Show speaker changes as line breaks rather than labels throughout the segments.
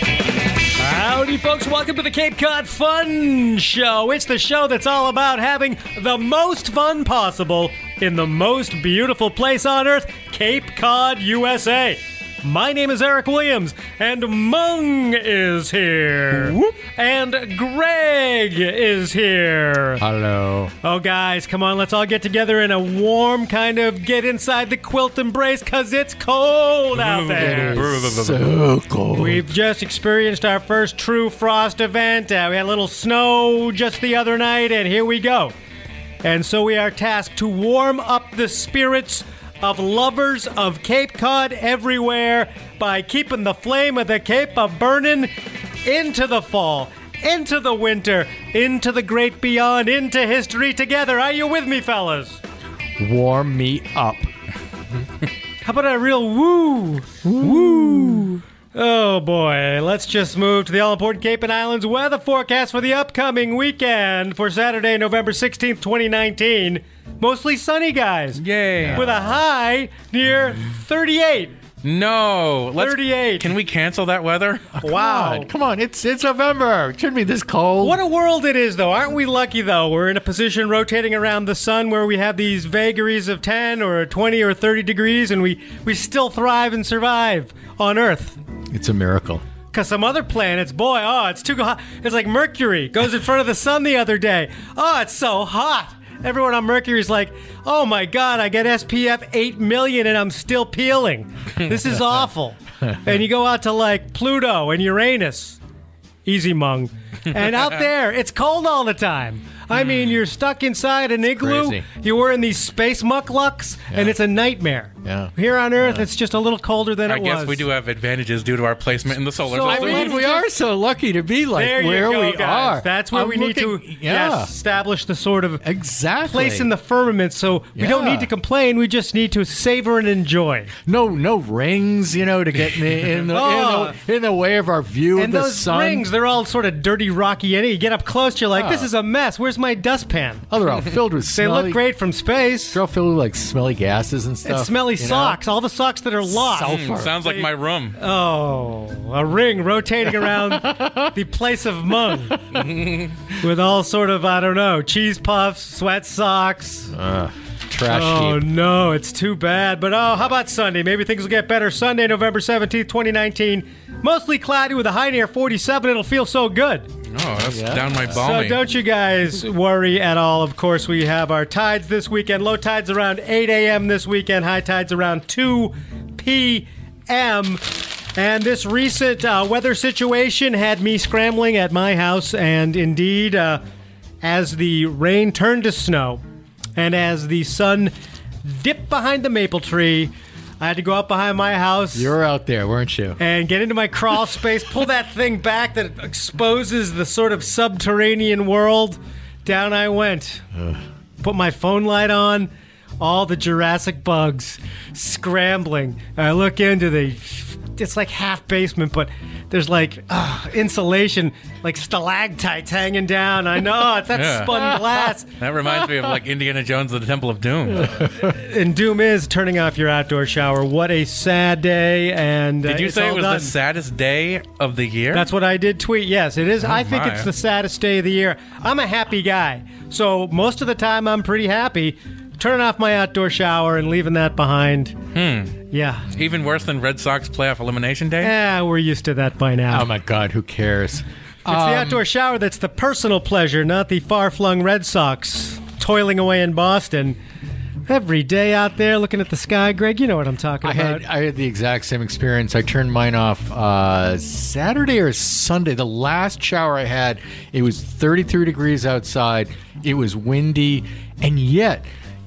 Howdy, folks. Welcome to the Cape Cod Fun Show. It's the show that's all about having the most fun possible in the most beautiful place on earth, Cape Cod, USA. My name is Eric Williams, and Mung is here. And Greg is here.
Hello.
Oh, guys, come on, let's all get together in a warm kind of get inside the quilt embrace because it's cold out there.
So cold.
We've just experienced our first true frost event. Uh, we had a little snow just the other night, and here we go. And so we are tasked to warm up the spirits of lovers of Cape Cod everywhere by keeping the flame of the Cape a burning into the fall, into the winter, into the great beyond, into history together. Are you with me, fellas?
Warm me up.
How about a real woo? Woo. Oh boy, let's just move to the all important Cape and Islands weather forecast for the upcoming weekend for Saturday, November 16th, 2019. Mostly sunny, guys.
Yay.
With a high near 38.
No. Let's,
38.
Can we cancel that weather?
wow.
Come on, it's it's November. It shouldn't be this cold.
What a world it is, though. Aren't we lucky, though? We're in a position rotating around the sun where we have these vagaries of 10 or 20 or 30 degrees, and we, we still thrive and survive on Earth.
It's a miracle.
Cause some other planets, boy, oh, it's too hot. It's like Mercury goes in front of the sun the other day. Oh, it's so hot. Everyone on Mercury's like, oh my god, I get SPF eight million and I'm still peeling. This is awful. and you go out to like Pluto and Uranus, easy mung, and out there it's cold all the time. I mean, you're stuck inside an igloo.
Hmm. crazy.
You're wearing these space mucklucks, and it's a nightmare.
Yeah.
Here on Earth, it's just a little colder than
I
it
guess
was.
we do have advantages due to our placement in the solar
So I
I
system.
mean, we are so lucky to be like
there
where
you go,
we
guys.
are.
That's where
I'm
we need
looking-
to
Yeah.
yes, establish the sort of
Exactly.
place in the firmament. So we don't
Yeah.
need to complain. We just need to savor and enjoy.
no no rings, you know, to get in the in the,
Oh.
in, the in the way of our view of
And
the
those
sun.
rings, they're all sort of dirty, rocky. And you get up close, you're like, this is a mess. Where's my dustpan?
Oh, they're all filled with
They
Ah. smelly.
look great from space.
They're all filled with like smelly gases and stuff.
and smelly
you know?
socks, all the socks that are lost.
Sulfur.
Mm, sounds like my room.
Oh, a ring rotating around the place of mung with all sort of, I don't know, cheese puffs, sweat socks.
Trash
Oh
heap.
no, it's too bad. But oh, how about Sunday? Maybe things will get better. Sunday, November 17th, 2019. Mostly cloudy with a high near 47. It'll feel so good.
oh, that's down my
So
balmy.
don't you guys worry at all. Of course, we have our tides this weekend. Low tides around 8 a.m. this weekend. High tides around 2 p.m. And this recent uh, weather situation had me scrambling at my house. And indeed, uh, as the rain turned to snow and as the sun dipped behind the maple tree, I had to go out behind my house
You were out there, weren't you?
and get into my crawl space, pull that thing back that exposes the sort of subterranean world. Down I went. Put my phone light on, all the Jurassic bugs scrambling. I look into the it's like half basement, but there's like uh, insulation, like stalactites hanging down. I know it's that
Yeah.
spun glass.
that reminds me of like Indiana Jones and the Temple of Doom.
And doom is turning off your outdoor shower. What a sad day! And uh,
Did you say it was
done.
the saddest day of the year?
That's what I did tweet. Yes, it is. I think
my.
it's the saddest day of the year. I'm a happy guy. So most of the time, I'm pretty happy. Turning off my outdoor shower and leaving that behind. Hmm. Yeah.
even worse than Red Sox playoff elimination day.
Yeah, we're used to that by now.
Oh my God, who cares?
it's the outdoor shower that's the personal pleasure, not the far flung Red Sox toiling away in Boston. Every day out there looking at the sky, Greg, you know what I'm talking
I
about.
had I had the exact same experience. I turned mine off uh, Saturday or Sunday. The last shower I had, it was 33 degrees outside. It was windy, and yet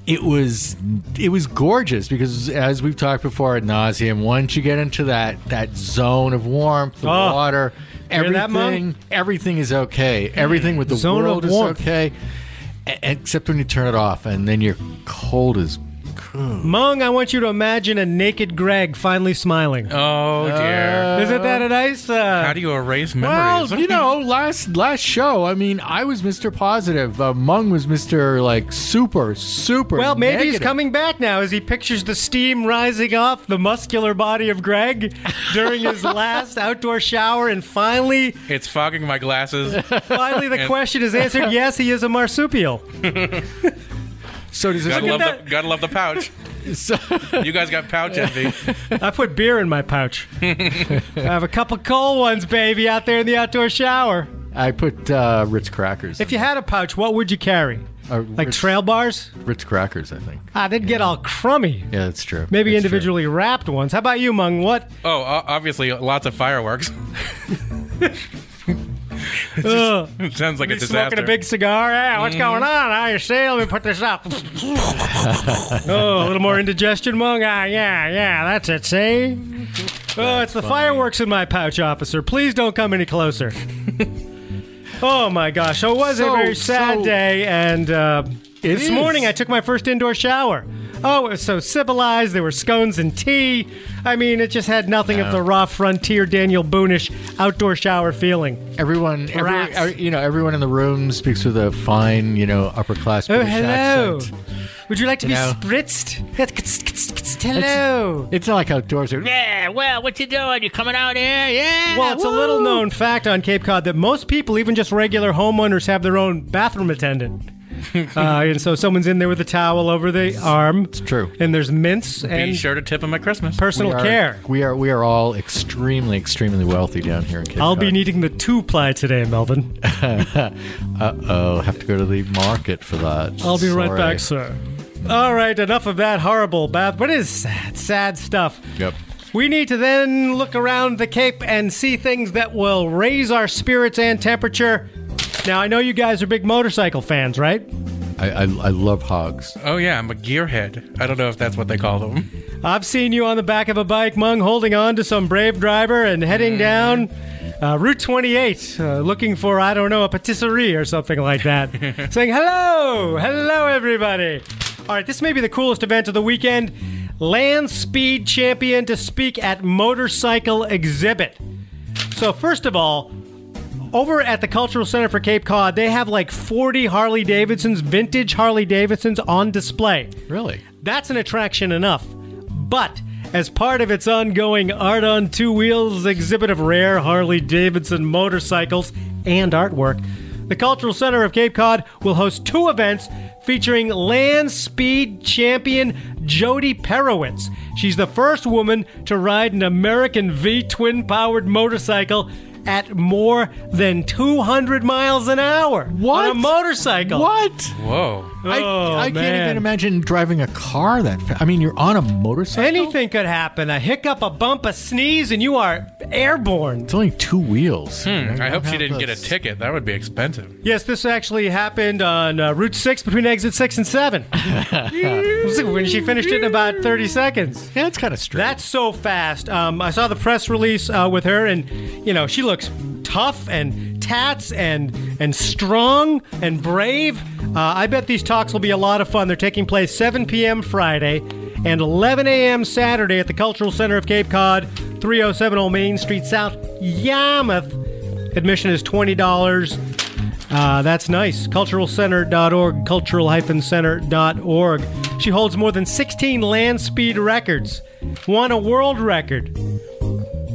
it was it was gorgeous because as we've talked before at nauseum, once you get into that that zone of warmth, the
Oh.
water,
Hear that, Mom?
everything everything is okay. Everything with the
Zone of
world is
warmth.
okay, e- except when you turn it off, and then you're cold as
Mung, I want you to imagine a naked Greg finally smiling.
Oh dear.
Isn't that a nice? Uh,
How do you erase
Well,
memories?
you know, last last show, I mean, I was Mr. Positive. Uh, Mung was Mr. Like super, super.
well, maybe he's
negative.
coming back now as he pictures the steam rising off the muscular body of Greg during his last outdoor shower, and finally,
it's fogging my glasses.
finally, the question is answered. Yes, he is a marsupial.
So does
gotta, love
this?
the, gotta love the pouch.
So,
You guys got pouch envy.
I put beer in my pouch. I have a couple cold ones, baby, out there in the outdoor shower.
I put uh, Ritz crackers.
If you had a pouch, what would you carry?
Uh,
Like
Ritz,
trail bars?
Ritz crackers, I think.
Ah, they'd get all crummy.
Yeah, that's true.
Maybe
That's true.
individually wrapped ones. How about you, Mung? What?
Oh, o- obviously, lots of fireworks.
Ugh.
It sounds like a
He's
disaster.
smoking a big cigar. Yeah, what's
Mm-hmm.
going on? Ah, you see? Let me put this up. oh, a little more indigestion, Mung. Ah, yeah, yeah, that's it. See? oh, it's the fireworks in my pouch, officer. Please don't come any closer. oh my gosh, so it was a
So-
very sad
so-
day, and uh,
It
this
is.
morning I took my first indoor shower. Oh, it was so civilized. There were scones and tea. I mean, it just had nothing of the raw frontier Daniel Boonish outdoor shower feeling.
Everyone, every,
Rats.
uh, you know, everyone in the room speaks with a fine, you know, upper class
Oh,
British
hello.
accent.
Would you like to
You
be
know.
spritzed? hello.
It's not like outdoors. Are,
Yeah, well, what you doing? You coming out here? Yeah.
well, it's a little known fact on Cape Cod that most people, even just regular homeowners, have their own bathroom attendant. uh, and so someone's in there with a towel over the arm. It's
true.
And there's mints
Be
and
sure to tip him at Christmas.
personal
we are-
care.
We are we are all extremely, extremely wealthy down here in Cape
I'll
Cod.
be needing the two ply today, Melvin.
Uh oh, have to go to the market for that.
I'll be right
Sorry.
back, sir. All right, enough of that horrible bath. But it is sad, sad stuff.
Yep.
We need to then look around the Cape and see things that will raise our spirits and temperature. Now, I know you guys are big motorcycle fans, right?
I, I, I love hogs.
Oh yeah, I'm a gearhead. I don't know if that's what they call them.
I've seen you on the back of a bike, Mung, holding on to some brave driver and heading down uh, Route 28, uh, looking for, I don't know, a patisserie or something like that. saying, hello, hello, everybody. All right, this may be the coolest event of the weekend. Land speed champion to speak at motorcycle exhibit. So, first of all, over at the Cultural Center for Cape Cod, they have like 40 Harley Davidsons, vintage Harley Davidsons on display.
Really?
That's an attraction enough. But as part of its ongoing Art on Two Wheels exhibit of rare Harley Davidson motorcycles and artwork, the Cultural Center of Cape Cod will host two events featuring land speed champion Jody Perowitz. She's the first woman to ride an American V twin powered motorcycle at more than 200 miles an hour on a
What?
motorcycle.
What?
Whoa.
Oh,
I, I can't
man.
even imagine driving a car that fast. I mean, you're on a motorcycle.
Anything could happen. A hiccup, a bump, a sneeze, and you are airborne.
It's only two
Hmm,
wheels.
I hope she didn't get a
ticket.
ticket. That would be expensive.
Yes, this actually happened on uh, Route 6 between exit 6 and 7. when she finished it in about 30 seconds.
Yeah, it's kind of strange.
That's so fast. Um, I saw the press release uh, with her, and you know she looks tough and tats and and strong and brave. Uh, I bet these talks will be a lot of fun. They're taking place 7 p.m. Friday and 11 a.m. Saturday at the Cultural Center of Cape Cod, 307 Old Main Street South, Yarmouth. Admission is twenty dollars. Uh, that's nice. Culturalcenter.org, cultural-center.org. She holds more than 16 land speed records, won a world record.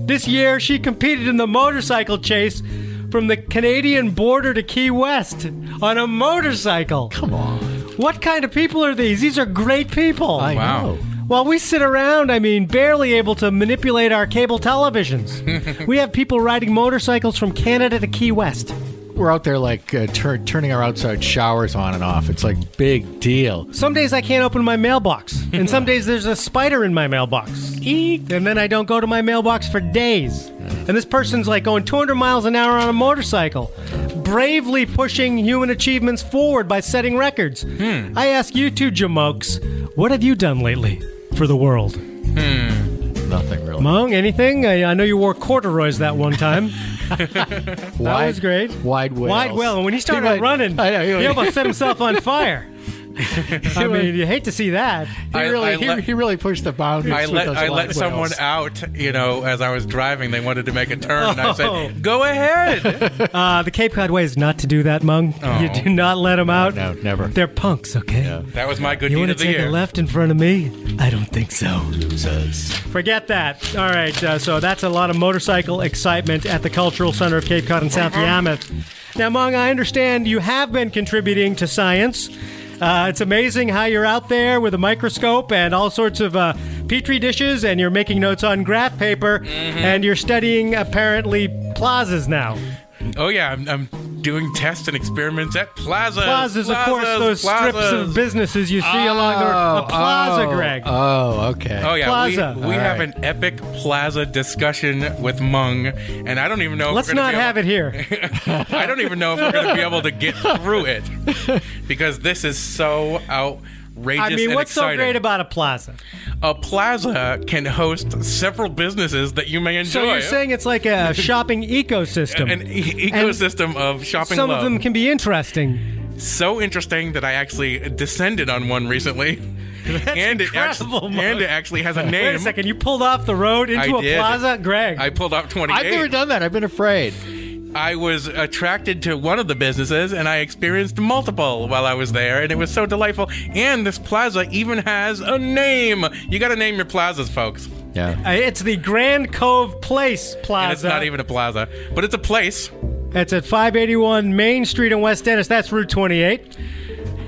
This year, she competed in the motorcycle chase from the Canadian border to Key West on a motorcycle.
Come on.
What kind of people are these? These are great people.
I
Wow.
know.
While we sit around, I mean, barely able to manipulate our cable televisions, we have people riding motorcycles from Canada to Key West.
we're out there like uh, tur- turning our outside showers on and off. It's like big deal.
Some days I can't open my mailbox, and some days there's a spider in my mailbox. And then I don't go to my mailbox for days. And this person's like going 200 miles an hour on a motorcycle, bravely pushing human achievements forward by setting records.
Hmm.
I ask you two, Jamokes, what have you done lately for the world?
Nothing really.
Mung, anything? I, I know you wore corduroys that one time. that was great.
Wide whales.
Wide well, and when he started
went-
running,
I know, he
he,
went-
almost set himself on fire. I mean, you hate to see that.
He
I-
really,
I
he,
let-
he really pushed the boundaries.
I
with
let
those
I
wide
let someone
whales.
out, you know, as I was driving. They wanted to make a turn, and I
Oh.
said, "Go ahead."
Uh, the Cape Cod way is not to do that, Mung. You do not let them out.
Oh. No, never.
They're punks, okay?
that was my good
You
deed
want to
of the
take
year.
a left in front of me? I don't think so. Forget that. All right, uh, so that's a lot of motorcycle excitement at the Cultural Center of Cape Cod and South Yarmouth. Now, Mung, I understand you have been contributing to science. Uh, it's amazing how you're out there with a microscope and all sorts of uh, petri dishes, and you're making notes on graph paper, and you're studying apparently plazas now.
Oh yeah, I'm, I'm doing tests and experiments at plazas.
Plazas, of course,
plazas,
those strips
plazas.
of businesses you see along the road. A plaza,
oh,
Greg.
Oh, okay.
Oh yeah,
Plaza.
we, we have an epic plaza discussion with Mung, and I don't even know.
Let's
if we're gonna
not
be able-
have it here.
I don't even know if we're going to be able to get through it because this is so outrageous.
I mean,
and
what's
exciting.
so great about a plaza?
a plaza can host several businesses that you may enjoy.
So you're saying it's like a shopping ecosystem.
an e- ecosystem of shopping
Some
love.
of them can be interesting.
so interesting that I actually descended on one recently. and it
incredible,
actually,
Mark.
and it actually has a name.
Wait a second, you pulled off the road into
I
a
did.
plaza, Greg.
I pulled out 28.
I've never done that. I've been afraid.
I was attracted to one of the businesses and I experienced multiple while I was there and it was so delightful. And this plaza even has a name. You got to name your plazas, folks.
Yeah.
Uh, it's the Grand Cove Place Plaza.
And it's not even a plaza, but it's a place.
It's at 581 Main Street in West Dennis. That's Route 28.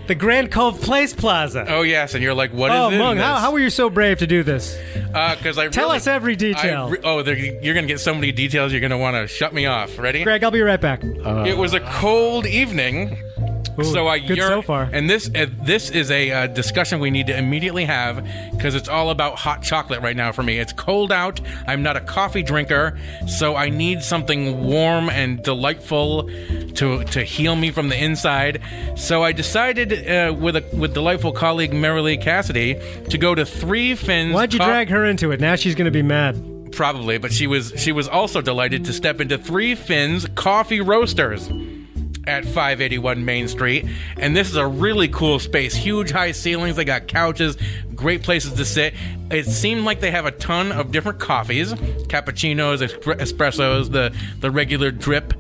The Grand Cove Place Plaza.
Oh yes, and you're like, what is
oh,
in
Mung,
this?
how, how were you so brave to do this?
Because I
Tell
really-
us every detail.
I re- oh, there- you're gonna get so many details. You're gonna want to shut me off. Ready?
Greg, I'll be right back.
it was a cold evening. so I
Oh, good
yearn-
so far.
and this uh, this is a uh, discussion we need to immediately have because it's all about hot chocolate right now for me. It's cold out. I'm not a coffee drinker, so I need something warm and delightful to to heal me from the inside. So I decided uh, with a with delightful colleague Marilee Cassidy to go to Three Fins.
Why'd you
Cof-
drag her into it? Now she's going to be mad.
Probably, but she was she was also delighted to step into Three Fins Coffee Roasters at 581 Main Street. And this is a really cool space. Huge high ceilings, they got couches, great places to sit. It seemed like they have a ton of different coffees, cappuccinos, expre- espressos, the the regular drip,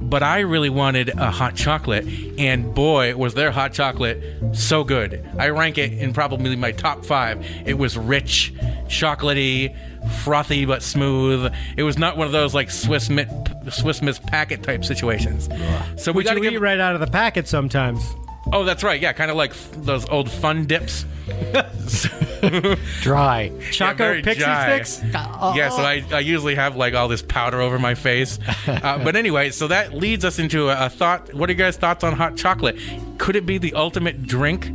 but I really wanted a hot chocolate and boy was their hot chocolate so good. I rank it in probably my top 5. It was rich, chocolatey, frothy but smooth. It was not one of those like Swiss Miss, Swiss Miss packet type situations. So we
Which
got to
you
give.
eat right out of the packet sometimes.
Oh, that's right. Yeah, kind of like f- those old fun dips.
Dry.
Choco
very
pixie
dry.
sticks?
yeah, so I, I usually have like all this powder over my face. Uh, but anyway, so that leads us into a, a thought. What are you guys' thoughts on hot chocolate? Could it be the ultimate drink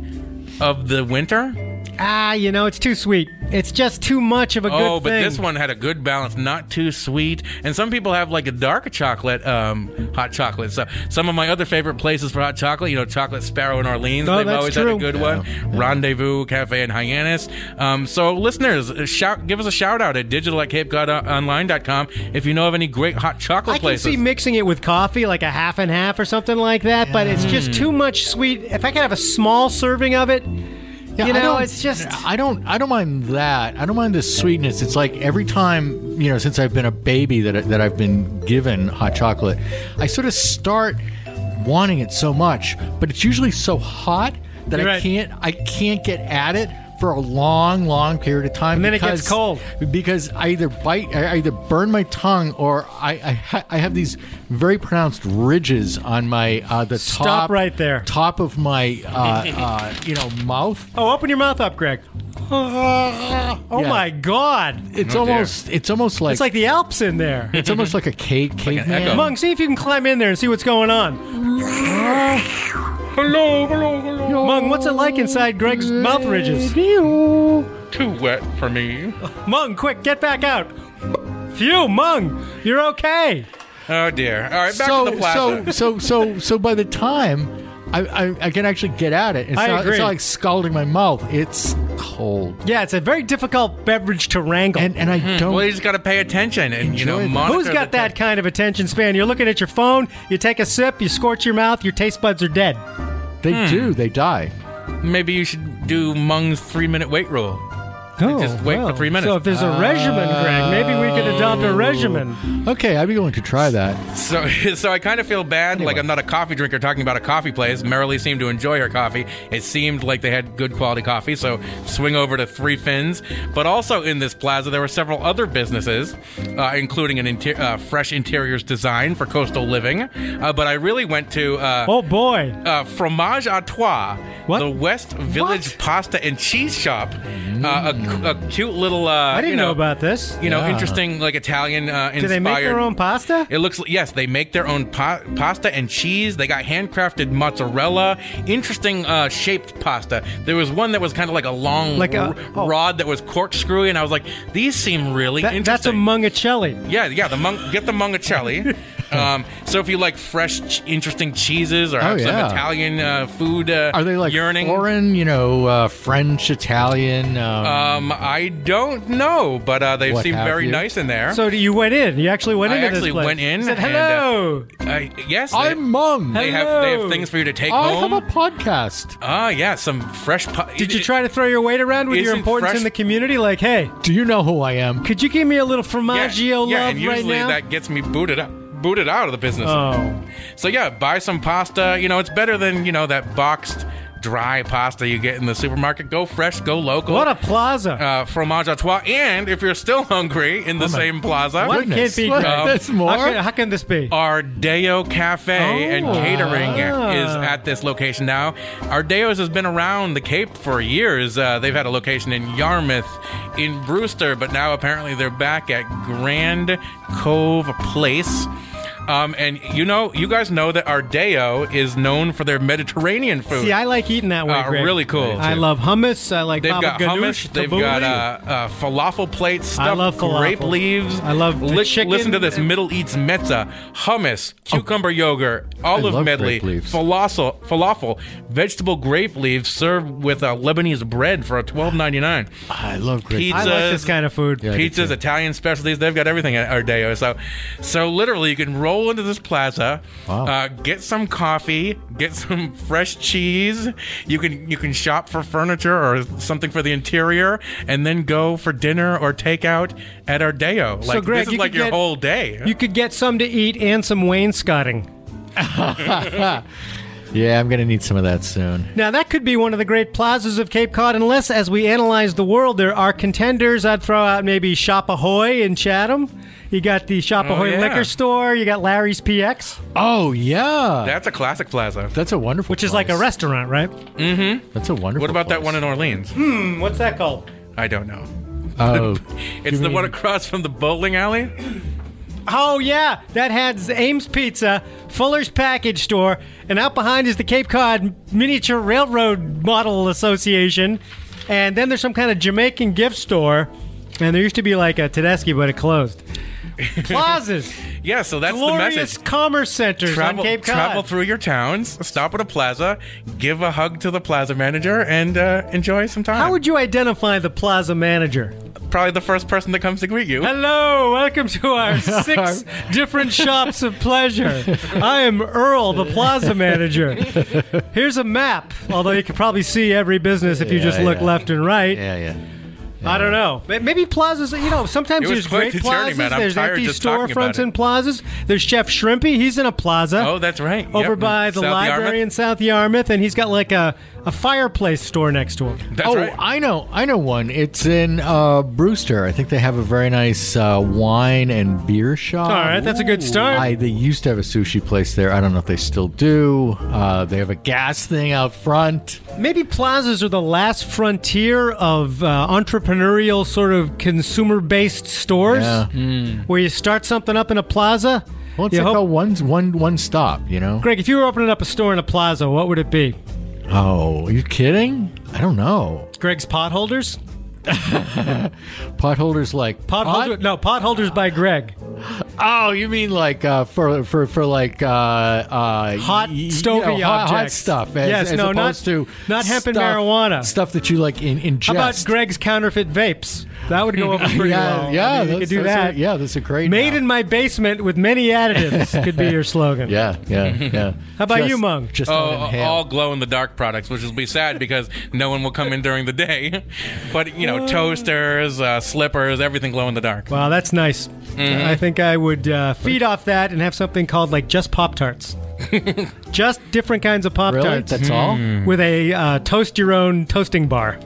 of the winter?
Ah, you know, it's too sweet. It's just too much of a good
Oh, but
thing.
this one had a good balance, not too sweet. And some people have like a dark chocolate, um, hot chocolate. So some of my other favorite places for hot chocolate, you know, Chocolate Sparrow in Orleans,
Oh,
they've
that's
always had
true.
a good one. Rendezvous Cafe in Hyannis. Um, so listeners, uh, shout, give us a shout out at digital at capecodonline.com if you know of any great hot chocolate
I can
places.
see mixing it with coffee, like a half and half or something like that, but it's
Mm.
just too much sweet. If I could have a small serving of it,
Yeah,
you
I
know,
don't-
it's just.
I don't. I don't mind that. I don't mind the sweetness. It's like every time you know, since I've been a baby, that I- that I've been given hot chocolate, I sort of start wanting it so much, but it's usually so hot that
You're
I
right.
can't. I can't get at it for a long, long period of time.
And then it gets cold.
because I either bite, I either burn my tongue, or I I, ha- I have these very pronounced ridges on my uh, the
Stop
top
right there.
top of my uh, uh, you know mouth.
Oh, open your mouth up, Greg. Oh
Yeah.
my God!
It's
Oh, dear.
almost it's almost like
It's like the Alps in there.
it's almost like a cave caveman.
echo.
Mung, see if you can climb in there and see what's going on.
Hello, hello, hello.
Mung, what's it like inside Greg's mouth ridges?
Too wet for me.
Mung, quick, get back out. Phew, Mung, you're okay.
Oh dear. All right, back
so,
to the plaza.
So so so so by the time I, I, I can actually get at it, it's,
I
not,
agree. Oh.
it's not like scalding my mouth. It's cold,
Yeah, it's a very difficult beverage to wrangle.
and and I don't.
well, you just got to pay attention and you
Enjoy
know
that.
monitor.
Who's got
the
that kind of attention span? You're looking at your phone, you take a sip, you scorch your mouth, your taste buds are dead.
they do. They die.
Maybe you should do Mung's three-minute wait rule.
Oh,
just wait for well. three minutes.
So if there's a regimen, Greg, maybe we could adopt a regimen.
Uh,
Okay, I'd be willing to try that.
So, so I kind of feel bad, like I'm not a coffee drinker talking about a coffee place. Merrily seemed to enjoy her coffee. It seemed like they had good quality coffee. So, swing over to Three Fins. But also in this plaza, there were several other businesses, uh, including an inter- uh, fresh interiors design for coastal living. Uh, but I really went to uh,
Oh boy.
uh, Fromage à Trois,
What?
the West Village Pasta and Cheese Shop. Uh, a cu- a, cute little. Uh,
Mm. I didn't
you
know,
know,
about this.
You know, interesting like Italian uh, inspired.
Do they make their own pasta?
It looks yes, they make their own pa- pasta and cheese. They got handcrafted mozzarella, interesting uh, shaped pasta. There was one that was kind of like a long
Like a-
r-
oh.
rod that was corkscrewy, and I was like, these seem really
That- that's a
interesting.
mungacelli.
yeah, yeah, the mung- get the mungacelli. um, so if you like fresh, ch- interesting cheeses or have
Oh,
some
yeah.
Italian uh, food, uh,
Are they like
yearning?
foreign? You know, uh, French, Italian. Um,
Um, I don't know, but uh, they
What
seem
have
very
you?
nice in there.
So do you went in. You actually went
I
into
actually
this place.
went in
Said
and, uh,
hello.
I- yes, they-
I'm Mung.
They have they have
Hello.
things for you to take
I
home.
have a podcast.
Ah, yeah, some fresh. Pu-
Did you try to throw your weight around with your
Isn't
importance
fresh-
in the community? Like, hey,
Do you know who I am?
could you give me a little
Yeah,
formaggio
yeah,
love
and usually
right now?
that gets me booted up, booted out of the business.
oh,
So yeah, buy some pasta. You know, it's better than you know that boxed dry pasta you get in the supermarket. Go fresh, go local.
what a plaza!
uh, fromage à trois, and if you're still hungry in the
Oh
same plaza,
What?
Goodness,
Can't be
what-
Greg.
That's more.
How can, how can this be?
Oh, Ardeo Cafe and
Oh.
Catering
Ah.
is at this location now. Ardeo's has been around the Cape for years. Uh, they've had a location in Yarmouth, in Brewster, but now apparently they're back at Grand Cove Place. Um, and you know, you guys know that Ardeo is known for their Mediterranean food.
See, I like eating that way.
Uh,
Greg.
really cool.
I love hummus. I like
They've
baba
got
ganoush,
hummus. They've
tabbouleh.
got uh, uh, falafel plates,
I
stuffed
love falafel.
grape leaves.
I love the
Li-
chicken. Oh.
Listen to this: Middle Eats Mezza, hummus, cucumber yogurt, olive
love
medley,
grape leaves.
falafel, falafel, vegetable grape leaves served with uh, Lebanese bread for a twelve ninety nine.
I love great.
Pizza.
I like this kind of food.
Yeah. I do
Pizzas,
too.
Italian specialties, they've got everything at Ardeo. So, so literally, you can roll into this plaza,
Wow.
uh, get some coffee, get some fresh cheese. You can you can shop for furniture or something for the interior, and then go for dinner or takeout at Ardeo. Like
Greg,
this is
you
like
could
your
get-
whole day.
You could get some to eat and some wainscoting.
Yeah, I'm gonna need some of that soon.
Now, that could be one of the great plazas of Cape Cod, unless, as we analyze the world, there are contenders. I'd throw out maybe Shop Ahoy in Chatham. You got the Shop
Oh,
Ahoy
yeah.
liquor store. You got Larry's PX,
Oh yeah,
That's a classic plaza.
that's a wonderful.
which is like a
place.
restaurant, right?
That's a wonderful.
What about that
place.
one in Orleans?
What's that called?
I don't know.
Oh,
It's the one across from the bowling alley.
Oh, yeah. That had Ames Pizza, Fuller's Package Store, and out behind is the Cape Cod Miniature Railroad Model Association. And then there's some kind of Jamaican gift store. And there used to be like a Tedeschi, but it closed. Plazas.
Yeah, so that's the message.
glorious commerce centers
travel,
on Cape Cod.
travel through your towns, stop at a plaza, give a hug to the plaza manager, and uh, enjoy some time.
How would you identify the plaza manager?
Probably the first person that comes to greet you.
Hello, welcome to our six different shops of pleasure. I am Earl, the plaza manager. Here's a map, although you could probably see every business if you
Yeah,
just look
yeah.
left and right.
yeah, yeah.
I don't know. May- Maybe plazas. You know, sometimes
It was
there's
quite
great
concerning,
plazas.
man. I'm
There's
tired
empty
just talking about
storefronts
it.
in plazas. There's Chef Shrimpy. He's in a plaza.
Oh, that's right. Yep,
Over
in
by the
South
library
Yarmouth.
in South Yarmouth, and he's got like a, a fireplace store next to him.
That's
oh,
right.
I know, I know one. It's in uh, Brewster. I think they have a very nice uh, wine and beer shop.
Oh.
All right, that's a good start.
I, they used to have a sushi place there. I don't know if they still do. Uh, they have a gas thing out front.
Maybe plazas are the last frontier of uh, entrepreneurial sort of consumer-based stores,
Yeah.
Mm.
where you start something up in a plaza.
Well, it's
you
like
hope-
a one, one, one stop, you know?
Greg, if you were opening up a store in a plaza, what would it be?
Oh, are you kidding? I don't know.
Greg's potholders?
Potholders like
Potholder?
pot?
No, potholders by Greg.
Oh, you mean like uh, for for for like uh, uh,
Hot stovey
you know, hot, hot
objects.
stuff. As,
Yes,
as
no, not-
opposed to
not hemp and
stuff-
marijuana.
stuff that you like in ingest.
How about Greg's counterfeit vapes? That would go over pretty
yeah,
well.
yeah,
I mean, you
those-
could do
those are-
that.
yeah, that's a great.
Made
now.
in my basement with many additives could be your slogan.
Yeah, yeah, yeah.
How about you,
Just-
Mung?
Just
Oh,
on
all glow in the dark products, which will be sad because no one will come in during the day. But you know, toasters, uh, slippers, everything glow in the dark.
Wow, that's nice.
Mm-hmm.
I think I would uh, feed off that and have something called like just Pop Tarts. just different kinds of Pop
Really?
Tarts
Hmm.
That's all?
Mm-hmm.
with a uh, toast your own toasting bar.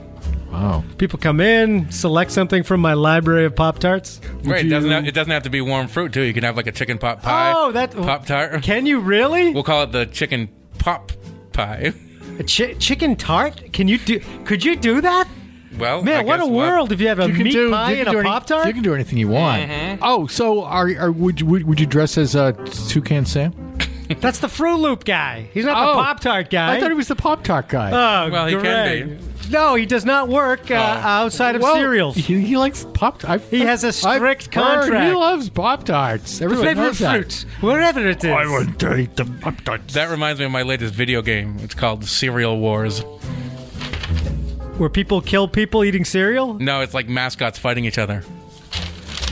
Wow.
People come in, select something from my library of Pop Tarts.
Right? It doesn't
you-
have, it doesn't have to be warm fruit too. You can have like a chicken pot pie.
Oh, that
pop tart.
Can you really?
We'll call it the chicken pop pie.
A chi- chicken tart? Can you do? Could you do that?
Well, I
Man, what a
guess we'll-
world! If you have a
You can
meat
do,
pie
you can
and
do
a
any-
pop tart,
You can do anything you want.
Mm-hmm.
Oh, so are, are would, you- would would you dress as a toucan Sam?
that's the Fruit Loop guy. He's not
oh,
the pop tart guy.
I thought he was the pop tart guy.
Oh,
Well, he can
Greg. No, he does not work uh, outside of
Well,
cereals.
He, he likes pop. I've,
He has a
I've
strict
heard He
contract.
loves pop tarts.
The
Everyone
flavor of
loves that.
fruit, wherever it is.
to eat the pop tarts.
That reminds me of my latest video game. It's called Cereal Wars.
Where people kill people eating cereal?
No, it's like mascots fighting each other.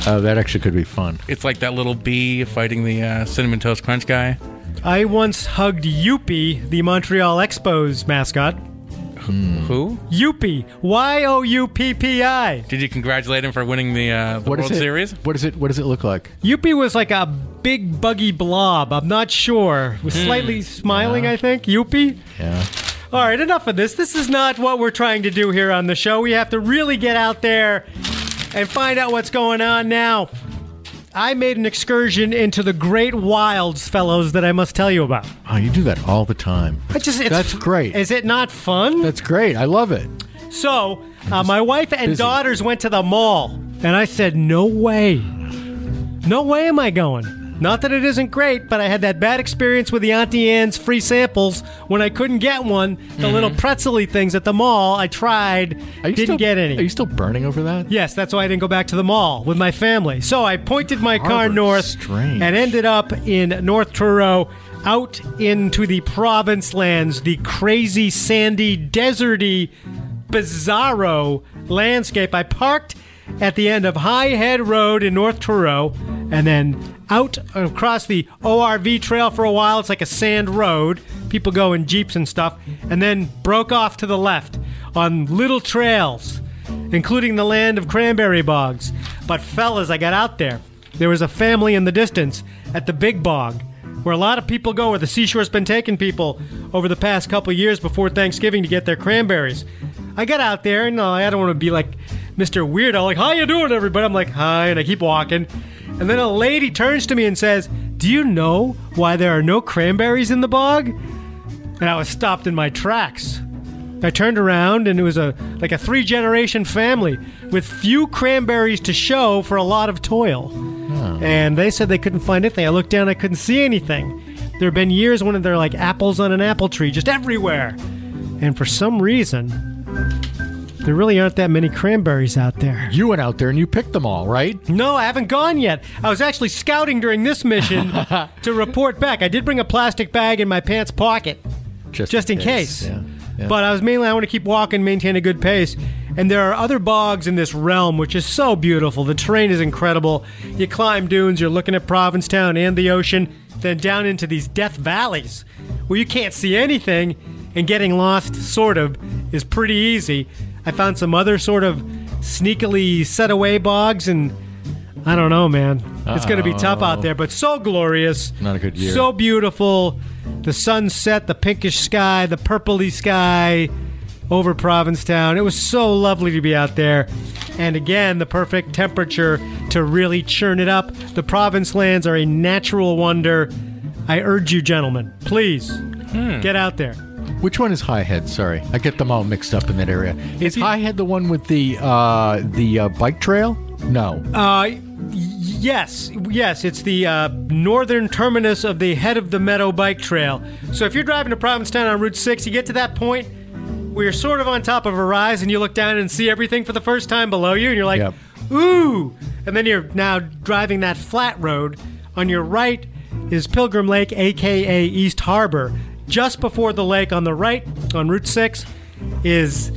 Oh, that actually could be fun.
It's like that little bee fighting the uh, cinnamon toast crunch guy.
I once hugged Yuppie, the Montreal Expos mascot.
Who?
Yuppie, Y O U P P I.
Did you congratulate him for winning the, uh, the
What is
World
it?
Series?
What is it? What does it look like?
Yuppie was like a big buggy blob. I'm not sure. Was slightly smiling, I think. Yuppie.
Yeah.
All right, enough of this. This is not what we're trying to do here on the show. We have to really get out there and find out what's going on now. I made an excursion into the great wilds, fellows, that I must tell you about.
Oh, you do that all the time.
I just, it's,
That's great.
Is it not fun?
That's great. I love it.
So, uh, my wife and
busy.
daughters went to the mall, and I said, No way. No way am I going. Not that it isn't great, but I had that bad experience with the Auntie Anne's free samples when I couldn't get one. The little pretzely things at the mall, I tried,
Mm-hmm. Are you
didn't
still,
get
Are
any.
you still burning over that?
yes, that's why I didn't go back to the mall with my family. So I pointed my car
Harvard's
north
strange.
and ended up in North Truro, out into the province lands, the crazy, sandy, deserty, bizarro landscape. I parked at the end of High Head Road in North Truro and then out across the ORV trail for a while. It's like a sand road. People go in jeeps and stuff. And then broke off to the left on little trails, including the land of cranberry bogs. But fellas, I got out there. There was a family in the distance at the Big Bog where a lot of people go, where the seashore's been taking people over the past couple of years before Thanksgiving to get their cranberries. I got out there, and uh, I don't want to be like Mr. Weirdo, like, how you doing, everybody? I'm like, hi, and I keep walking. And then a lady turns to me and says, do you know why there are no cranberries in the bog? And I was stopped in my tracks. I turned around and it was a like a three generation family with few cranberries to show for a lot of toil. And they said they couldn't find anything. I looked down, I couldn't see anything. There have been years when they're like apples on an apple tree, just everywhere. And for some reason, there really aren't that many cranberries out there.
You went out there and you picked them all, right?
No, I haven't gone yet. I was actually scouting during this mission to report back. I did bring a plastic bag in my pants pocket just in case.
Yeah. yeah.
But I was mainly I want to keep walking, maintain a good pace. And there are other bogs in this realm, which is so beautiful. The terrain is incredible. You climb dunes, you're looking at Provincetown and the ocean, then down into these death valleys where you can't see anything, and getting lost, sort of, is pretty easy. I found some other sort of sneakily set away bogs and I don't know, man. It's going to be tough out there, but so glorious.
Not a good year.
So beautiful. The sunset, the pinkish sky, the purpley sky over Provincetown. It was so lovely to be out there. And again, the perfect temperature to really churn it up. The province lands are a natural wonder. I urge you, gentlemen, please
Hmm.
get out there.
Which one is High Head? Sorry, I get them all mixed up in that area. Is
If you-
High Head the one with the uh, the uh, bike trail? No.
Uh, y- yes, yes, it's the uh, northern terminus of the head of the Meadow Bike Trail. So if you're driving to Provincetown on Route 6, you get to that point where you're sort of on top of a rise and you look down and see everything for the first time below you, and you're like,
Yep.
ooh! And then you're now driving that flat road. On your right is Pilgrim Lake, aka East Harbor. Just before the lake on the right on Route 6 is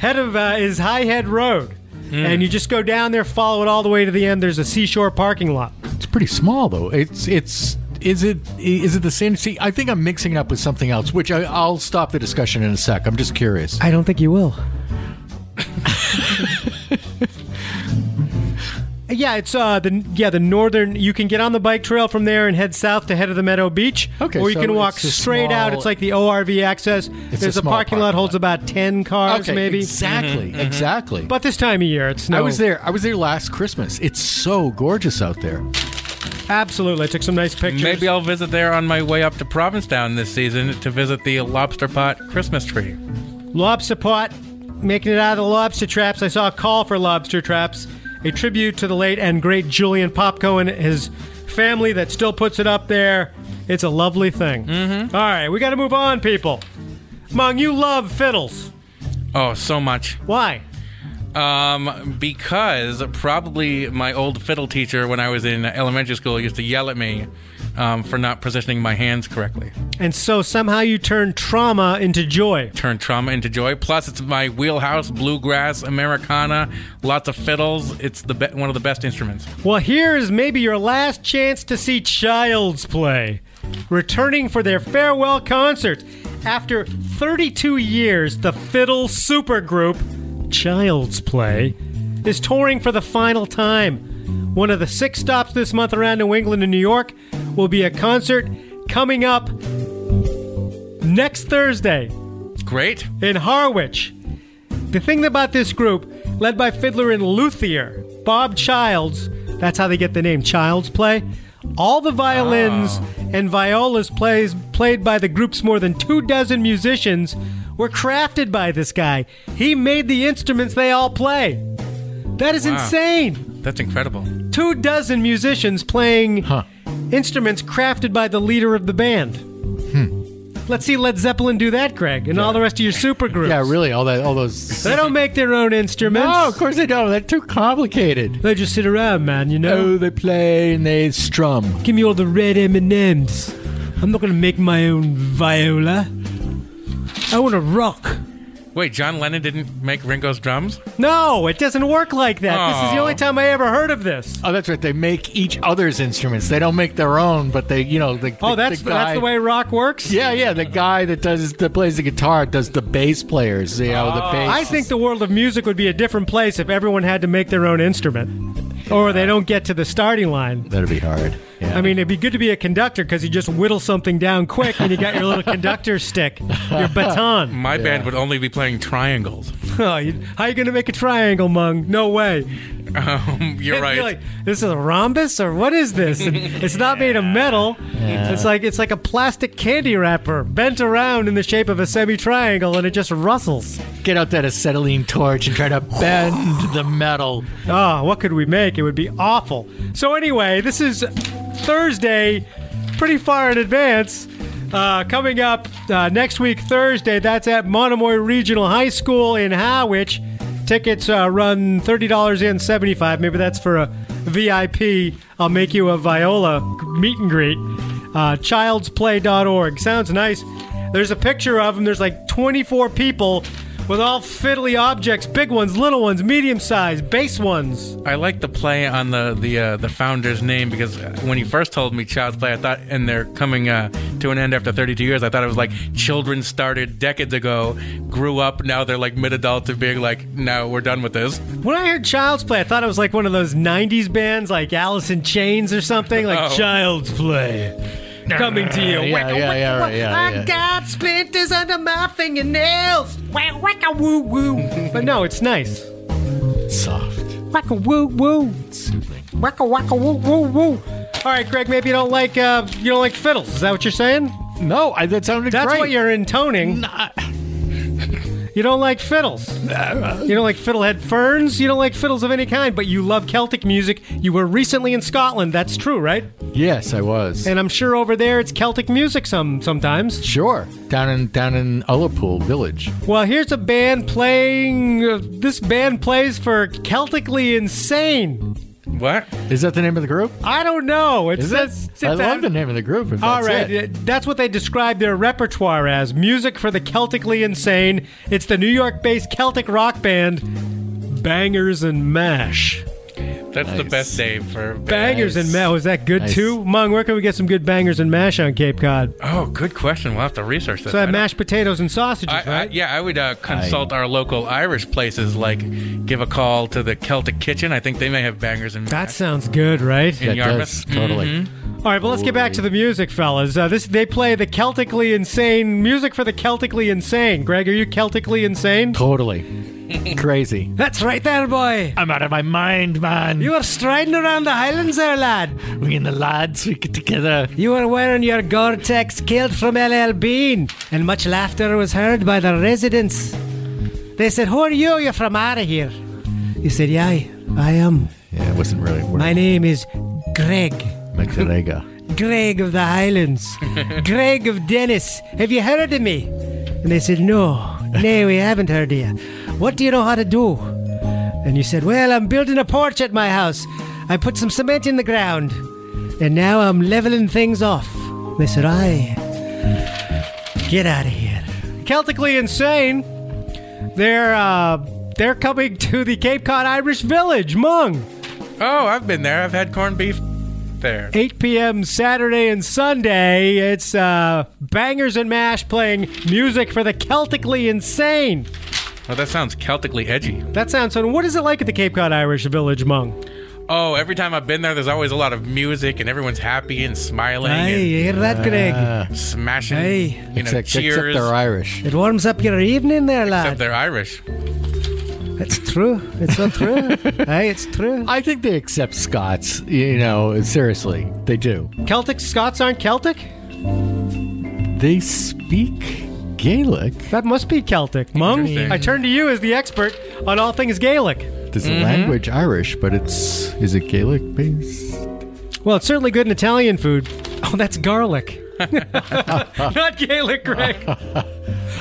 head of uh, is High Head Road, and you just go down there, follow it all the way to the end. There's a seashore parking lot.
It's pretty small though. It's it's is it is it the same? See, I think I'm mixing it up with something else, which I, I'll stop the discussion in a sec. I'm just curious.
I don't think you will. yeah, it's uh the yeah the northern. You can get on the bike trail from there and head south to head of the Meadow Beach.
Okay,
or you
so
can walk
it's a
straight out.
small-
It's like the ORV access. There's a,
small
parking lot
parking
holds
lot.
about ten cars
okay,
maybe. Mm-hmm,
exactly, exactly.
But this time of year, it's snow.
I was there. I was there last Christmas. It's so gorgeous out there.
Absolutely, I took some nice pictures.
Maybe I'll visit there on my way up to Provincetown this season to visit the Lobster Pot Christmas tree.
Lobster pot, making it out of the lobster traps. I saw a call for lobster traps, a tribute to the late and great Julian Popko and his family that still puts it up there. It's a lovely thing. Mm-hmm. All right, we got to move on, people. Mung, you love fiddles.
Oh, so much.
Why?
Um, because probably my old fiddle teacher when I was in elementary school used to yell at me um, for not positioning my hands correctly.
And so somehow you turn trauma into joy.
Turn trauma into joy. Plus, it's my wheelhouse: bluegrass, Americana, lots of fiddles. It's the be- one of the best instruments.
Well, here is maybe your last chance to see Child's Play, returning for their farewell concert. After 32 years, the fiddle supergroup Child's Play is touring for the final time. One of the six stops this month around New England and New York will be a concert coming up next Thursday
Great.
in Harwich. The thing about this group, led by fiddler and luthier Bob Childs, that's how they get the name Childs Play. All the violins
Ah.
and violas plays played by the group's more than two dozen musicians were crafted by this guy. He made the instruments they all play. That is
Wow.
insane.
That's incredible.
Two dozen musicians playing
Huh.
instruments crafted by the leader of the band.
Hmm.
Let's see Led Zeppelin do that, Greg, and all the rest of your supergroups.
Yeah, really. All that. All those.
They don't make their own instruments.
No, of course they don't. They're too complicated.
They just sit around, man. You know.
Oh, they play and they strum.
Give me all the red M and M's. I'm not gonna make my own viola. I want to rock.
Wait, John Lennon didn't make Ringo's drums?
No, it doesn't work like that. This is the
Oh.
only time I ever heard of this.
Oh, that's right. They make each other's instruments. They don't make their own, but they, you know, the,
Oh,
the-
that's
the
that's
guy-
the way rock works.
Yeah, yeah. The guy that does that plays the guitar does the bass players. You know, the bass.
Oh, I think the world of music would be a different place if everyone had to make their own instrument, or they don't get to the starting line.
that'd be hard. Yeah.
I mean, it'd be good to be a conductor because you just whittle something down quick, and you got your little conductor stick, your baton.
My band would only be playing triangles.
Oh, you, how you going to make a triangle, Mung? No way.
Um,
You'd
you're
be
right.
like, this is a rhombus or what is this? And it's not made of metal. It's like it's like a plastic candy wrapper bent around in the shape of a semi-triangle, and it just rustles.
get out that acetylene torch and try to bend the metal.
Oh, what could we make? It would be awful. So anyway, this is Thursday, pretty far in advance. Uh, coming up uh, next week, Thursday. That's at Monomoy Regional High School in Howich. Tickets uh, run thirty dollars and seventy-five. Maybe that's for a VIP. I'll make you a viola meet and greet. Uh, childsplay.org sounds nice. There's a picture of them. There's like 24 people with all fiddly objects big ones, little ones, medium sized, base ones.
I like the play on the the uh, the founder's name because when you first told me Child's Play, I thought, and they're coming uh, to an end after 32 years. I thought it was like children started decades ago, grew up, now they're like mid adults and being like, no, we're done with this.
When I heard Child's Play, I thought it was like one of those 90s bands like Alice in Chains or something, like
Oh.
Child's Play. Coming to you.
Yeah,
Wicka,
yeah,
wicka,
yeah, right,
wick.
yeah,
I
yeah.
got splinters under my fingernails. Whack, wacka, woo, woo. but no, it's nice.
Soft.
Wacka, woo, woo. Wacka, wacka, woo, woo, woo. All right, Greg, maybe you don't like uh, you don't like fiddles. Is that what you're saying?
No, I, that sounded
That's
great.
what you're intoning. You don't like fiddles. You don't like fiddlehead ferns. You don't like fiddles of any kind, but you love Celtic music. You were recently in Scotland. That's true, right?
Yes, I was.
And I'm sure over there it's Celtic music some sometimes.
sure, down in down in Ullapool Village.
Well, here's a band playing. Uh, this band plays for Celtically Insane.
What?
Is that the name of the group?
I don't know. It
Is it?
says
I
it's a-
love the name of the group. If that's
All right,
it.
uh, that's what they describe their repertoire as music for the Celtically insane. It's the New York based Celtic rock band Bangers and Mash.
That's the
Nice.
best name for
Bangers and Mash. Was that good
Nice.
too? Mung, where can we get some good bangers and mash on Cape Cod?
Oh, good question. We'll have to research that.
So that
I don't-
mashed potatoes and sausages,
I, I,
right?
yeah, I would uh, consult our local Irish places, like give a call to the Celtic Kitchen. I think they may have bangers and
that sounds good, right?
in Mm-hmm.
That
Yarmouth.
does totally.
All right, but let's get back to the music, fellas. Uh, this they play the Celtically insane music for the Celtically insane. Greg, are you Celtically insane?
Totally. Crazy.
That's right, there, boy.
I'm out of my mind, man.
You are striding around the Highlands, there, lad.
we and the lads, we get together.
You were wearing your Gore-Tex kilt from LL Bean, and much laughter was heard by the residents. They said, "Who are you? You're from out of here." You said, "Yeah, I- I am.
Yeah, it wasn't really worth
My name is Greg,
Magdalena.
Greg of the Highlands, Greg of Dennis. Have you heard of me?" And they said, "No, nay, we haven't heard of you. What do you know how to do?" And you said, "Well, I'm building a porch at my house. I put some cement in the ground, and now I'm leveling things off." They said, "Aye, get out of here." Celtically insane. They're uh, they're coming to the Cape Cod Irish Village, Mung.
Oh, I've been there. I've had corned beef there.
8 p.m. Saturday and Sunday. It's uh, Bangers and Mash playing music for the Celtically insane.
Oh, that sounds Celtically edgy.
That sounds fun. What is it like at the Cape Cod Irish Village, Mung?
Oh, every time I've been there, there's always a lot of music and everyone's happy and smiling
you hear that, Greg?
and smashing.
Hey.
you know,
except,
cheers.
except they're Irish.
it warms up your evening there,
Except
lad.
they're Irish.
That's true. It's so true. hey, it's true.
I think they accept Scots. You know, seriously, they do.
Celtic Scots aren't Celtic?
They speak Gaelic.
That must be Celtic. Mung,
Interesting.
I turn to you as the expert on all things Gaelic.
There's
Mm-hmm.
a language Irish, but it's is it Gaelic based?
Well, it's certainly good in Italian food. Oh, that's garlic. Not Gaelic, Greg.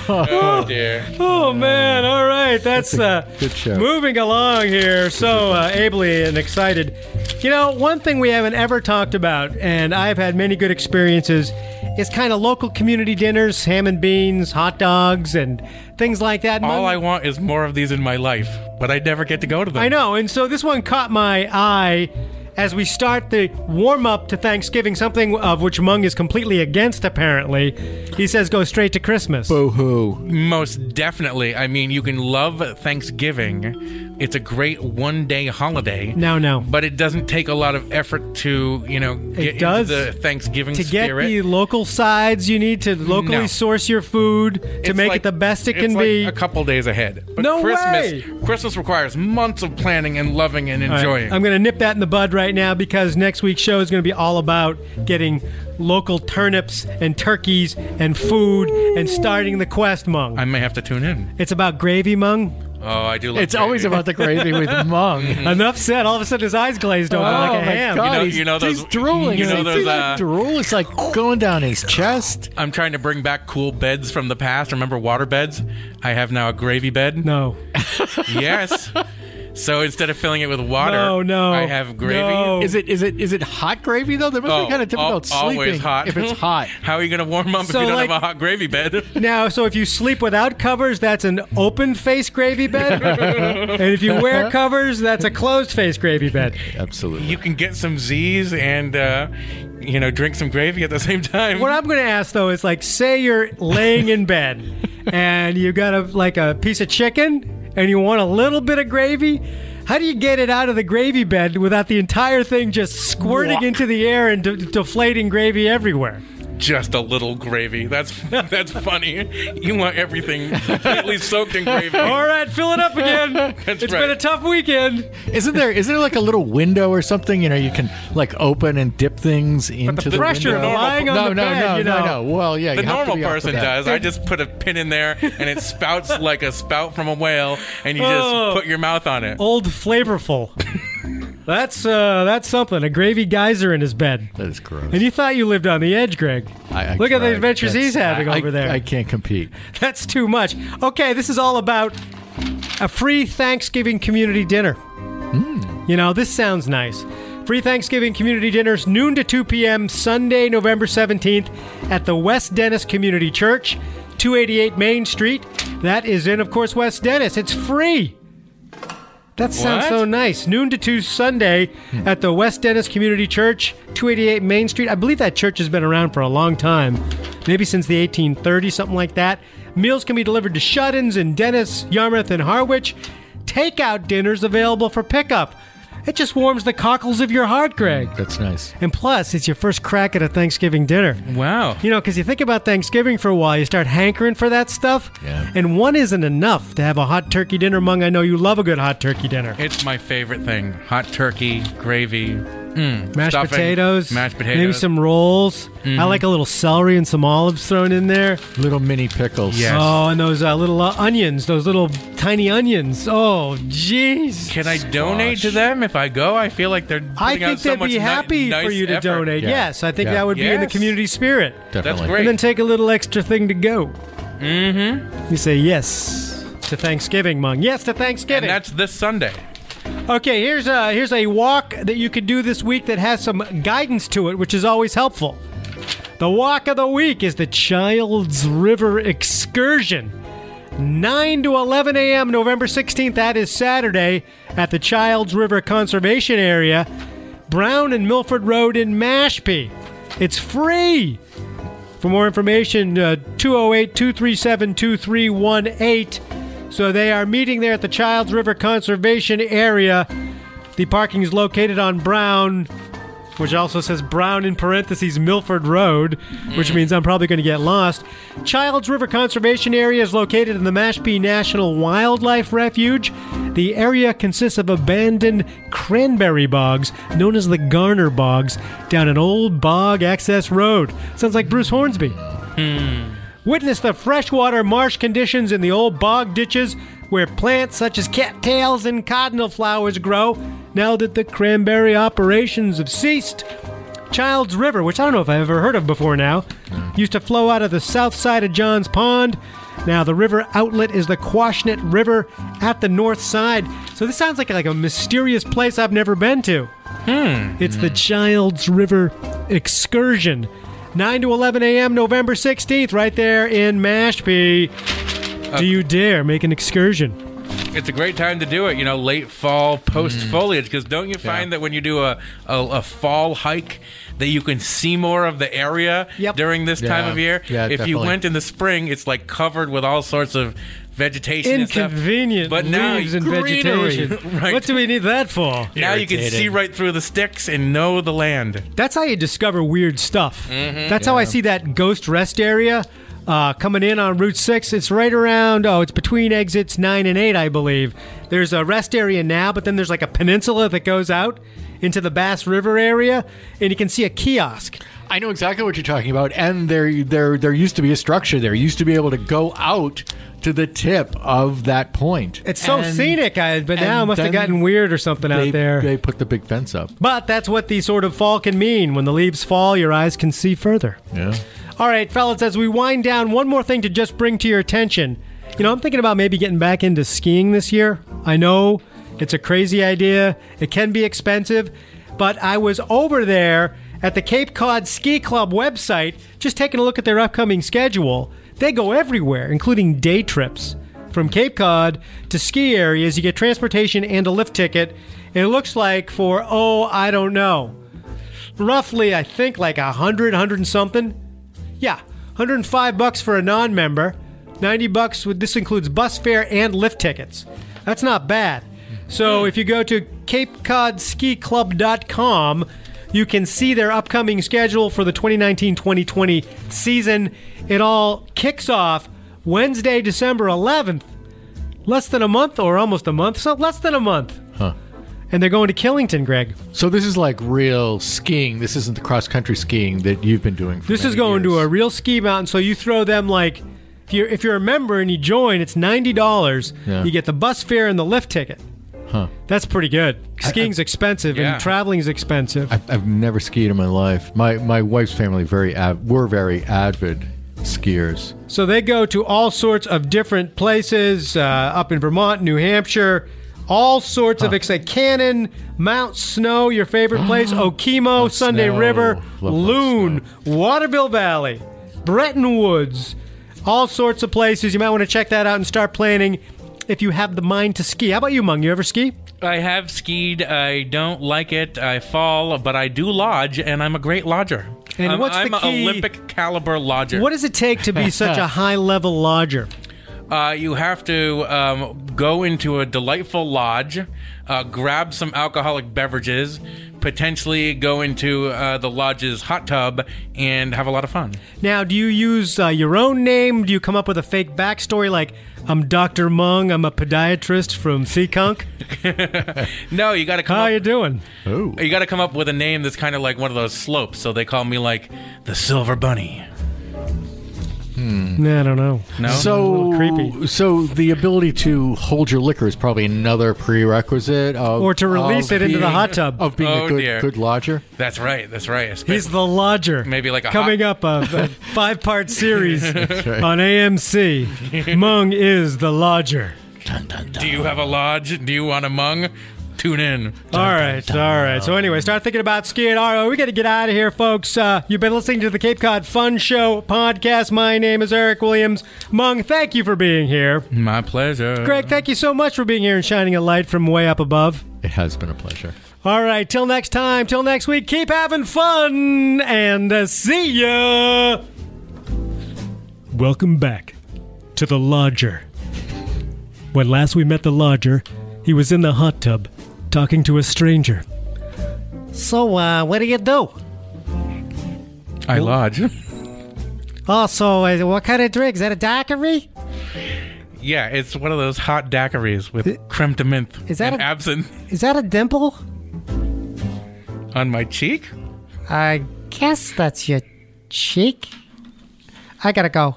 Oh, dear.
Oh man! All right, that's uh,
good show.
moving along here so uh, ably and excited. You know, one thing we haven't ever talked about, and I've had many good experiences, is kind of local community dinners, ham and beans, hot dogs, and things like that.
All
Mung-
I want is more of these in my life, but I never get to go to them.
I know, and so this one caught my eye as we start the warm up to Thanksgiving, something of which Mung is completely against. Apparently, he says go straight to Christmas.
Oh ho!
Most definitely. I mean, you can love Thanksgiving. It's a great one-day holiday.
No, no.
But it doesn't take a lot of effort to, you know, get
does.
into the Thanksgiving
to get
spirit.
the local sides you need to locally
No.
source your food to
It's
make
like-
it the best it
it's
can
like
be
a couple days ahead. But
No
Christmas,
way!
Christmas requires months of planning and loving and
All right,
enjoying.
i'm going to nip that in the bud right now because next week's show is going to be all about getting local turnips and turkeys and food and starting the quest mung
I may have to tune in.
it's about gravy mung
Oh, I do. Love
It's always
gravy.
about the gravy with mung.
enough said all of a sudden his eyes glazed over like a
my
ham
God,
Mm-hmm. Oh You know-
he's,
you know those-
he's drooling.
you know
He's-
those,
he's like
uh,
drool. It's like going down his chest.
I'm trying to bring back cool beds from the past. Remember water beds? I have now a gravy bed.
no
Yes. So instead of filling it with water,
No, no,
I have gravy.
no.
Is it is it is it hot gravy though? There must
Oh,
be kind of difficult
al-
sleeping
always hot.
if it's hot.
How are you going to warm up
So,
if you don't
like-
have a hot gravy bed?
Now, so if you sleep without covers, that's an open face gravy bed. and if you wear covers, that's a closed face gravy bed.
Absolutely.
you can get some Z's and uh, you know drink some gravy at the same time.
What I'm going to ask though is like, say you're laying in bed and you got a like a piece of chicken and you want a little bit of gravy. How do you get it out of the gravy bed without the entire thing just squirting into the air and de- deflating gravy everywhere?
Just a little gravy. That's that's funny. You want everything completely soaked in gravy.
All right, fill it up again. It's
right.
been a tough weekend.
Isn't there isn't there like a little window or something? You know, you can like open and dip things into the,
pressure
window.
normal-
lying on
no,
the
no,
bed,
no,
you
no,
know.
no. Well, yeah,
the
you have to
normal
be off
person
of that.
does. I just put a pin in there and it spouts like a spout from a whale, and you just
Oh.
put your mouth on it.
Old flavorful. that's uh, that's something. A gravy geyser in his bed.
That is gross.
And you thought you lived on the edge, Greg.
I- I
Look at the
tried.
adventures
That's-
he's having
I-
over there.
I can't compete.
That's too much. Okay, this is all about a free Thanksgiving community dinner. You know, this sounds nice. Free Thanksgiving community dinners, noon to 2 p.m., Sunday, November 17th, at the West Dennis Community Church, 288 Main Street. That is in, of course, West Dennis. It's free. That sounds
What?
so nice. Noon to 2 Sunday at the West Dennis Community Church, 288 Main Street. I believe that church has been around for a long time, maybe since the 1830s, something like that. Meals can be delivered to shut ins in Dennis, Yarmouth, and Harwich. Takeout dinners available for pickup. It just warms the cockles of your heart, Greg.
That's nice.
And plus, it's your first crack at a Thanksgiving dinner.
Wow.
You know, because you think about Thanksgiving for a while, you start hankering for that stuff.
Yeah.
And one isn't enough to have a hot turkey dinner, Mung. I know you love a good hot turkey dinner.
It's my favorite thing: hot turkey, gravy, mm,
mashed
stuffing,
potatoes,
mashed
maybe
potatoes. Mm-hmm.
some rolls. I like a little celery and some olives thrown in there.
Little mini pickles.
Yes.
Oh, and those uh, little uh, onions, those little tiny onions. Oh, jeez.
Can I donate to them if I go? I feel like they're. Putting
I
out
think
so
they'd
much
be
ni-
happy
nice
for you to
effort.
donate.
Yeah.
Yes, I think
Yeah.
that would be in the
Yes.
community spirit.
definitely.
That's great.
And then take a little extra thing to go. Mm-hmm. You say yes to Thanksgiving, Mung. Yes to Thanksgiving.
And that's this Sunday.
Okay, here's a here's a walk that you could do this week that has some guidance to it, which is always helpful. The walk of the week is the Child's River Excursion. 9 to 11 a.m. November 16th, that is Saturday, at the Child's River Conservation Area, Brown and Milford Road in Mashpee. It's free. For more information, uh, 208 237 2318. So they are meeting there at the Childs River Conservation Area. The parking is located on Brown, which also says Brown in parentheses Milford Road, which means I'm probably going to get lost. Childs River Conservation Area is located in the Mashpee National Wildlife Refuge. The area consists of abandoned cranberry bogs known as the Garner Bogs down an old bog access road. Sounds like Bruce Hornsby. Witness the freshwater marsh conditions in the old bog ditches where plants such as cattails and cardinal flowers grow now that the cranberry operations have ceased. Child's River, which I don't know if I've ever heard of before now, used to flow out of the south side of John's Pond. Now the river outlet is the Quashnet River at the north side. So this sounds like like a mysterious place I've never been to. It's
Mm-hmm.
the Child's River Excursion. 9 to 11 a.m. November 16th, right there in Mashpee.
Uh,
Do you dare make an excursion?
It's a great time to do it, you know, late fall post
Mm.
foliage. Because don't you find that when you do a, a, a fall hike, that you can see more of the area
Yep.
during this time
Yeah.
of year?
Yeah,
if you
definitely.
went in the spring, it's like covered with all sorts of vegetation. and stuff.
Inconvenient
uh, But now,
leaves and
greenery.
vegetation.
right.
What do we need that for?
now you can see right through the sticks and know the land.
That's how you discover weird stuff.
Mm-hmm.
That's how I see that ghost rest area uh, coming in on Route 6. It's right around, oh, it's between exits 9 and 8, I believe. There's a rest area now, but then there's like a peninsula that goes out into the Bass River area, and you can see a kiosk.
I know exactly what you're talking about, and there there there used to be a structure there. You used to be able to go out to the tip of that point.
It's so
And
scenic, I, but now it
and
must have
then
gotten weird or something
They,
out there.
they put the big fence up.
but that's what the sort of fall can mean. When the leaves fall, your eyes can see further.
Yeah.
All right, fellas, as we wind down, one more thing to just bring to your attention. You know, I'm thinking about maybe getting back into skiing this year. I know It's a crazy idea. It can be expensive, but I was over there at the Cape Cod Ski Club website just taking a look at their upcoming schedule. They go everywhere, including day trips. From Cape Cod to ski areas, you get transportation and a lift ticket. It looks like for, oh, I don't know, roughly, I think, like a hundred, hundred and something. Yeah, 105 bucks for a non-member, 90 bucks with this includes bus fare and lift tickets. That's not bad. So if you go to capecodskiclub.com, you can see their upcoming schedule for the 2019-2020 season. It all kicks off Wednesday, December 11th. Less than a month or almost a month, so less than a month.
Huh.
And they're going to Killington, Greg.
So this is like real skiing. This isn't the cross country skiing that you've been doing. For
This is
many
going to
years.
a real ski mountain, so you throw them like if you're if you're a member and you join, it's ninety dollars.
Yeah.
You get the bus fare and the lift ticket.
Huh.
That's pretty good. Skiing's expensive
Yeah.
and traveling's expensive.
I've, I've never skied in my life. My my wife's family very av- were very avid skiers.
so they go to all sorts of different places uh, up in Vermont, New Hampshire, all sorts of it's like Cannon, Mount Snow, your favorite place, Okemo, Sunday
Snow.
River,
Love Mount
Loon, Waterville Valley, Bretton Woods, all sorts of places. You might want to check that out and start planning if you have the mind to ski. How about you, Mung? You ever ski?
I have skied. I don't like it. I fall, but I do lodge, and I'm a great lodger.
And
I'm,
what's the
I'm
key-
an Olympic caliber lodger.
What does it take to be such a high level lodger?
Uh, you have to um, go into a delightful lodge, uh, grab some alcoholic beverages, potentially go into uh, the lodge's hot tub, and have a lot of fun.
Now, do you use uh, your own name? Do you come up with a fake backstory like, I'm Dr. Mung, I'm a podiatrist from Seekunk?
No, you got to come.
How you
Up,
doing?
Oh,
you got to come up with a name that's kind of like one of those slopes. So they call me like the Silver Bunny. Mm.
I don't know.
No,
so
Oh, creepy.
So the ability to hold your liquor is probably another prerequisite of
Or to release
of
it into the
being-
hot tub.
of being
Oh,
a good
dear.
good lodger.
that's right. That's right.
He's the lodger.
Maybe like a
coming up of a five part series on AMC. Mung is the lodger.
Do you have a lodge? Do you want a mung? Tune in.
All right, all right. So anyway, start thinking about skiing. All right, we got to get out of here, folks. Uh, you've been listening to the Cape Cod Fun Show podcast. My name is Eric Williams. Mung, thank you for being here.
My pleasure.
Greg, thank you so much for being here and shining a light from way up above.
It has been a pleasure.
All right, till next time, till next week, keep having fun and uh, see ya. Welcome back to the Lodger. When last we met the Lodger, he was in the hot tub talking to a stranger. So, uh, what do you do?
I lodge.
Also, uh, what kind of drink? Is that a daiquiri?
Yeah, it's one of those hot daiquiris with creme de menthe
Is that
and
a-
absinthe
Is that a dimple?
on my cheek.
I guess that's your cheek. I gotta go.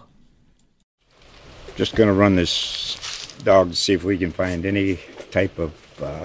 Just going to run this dog to see if we can find any type of uh,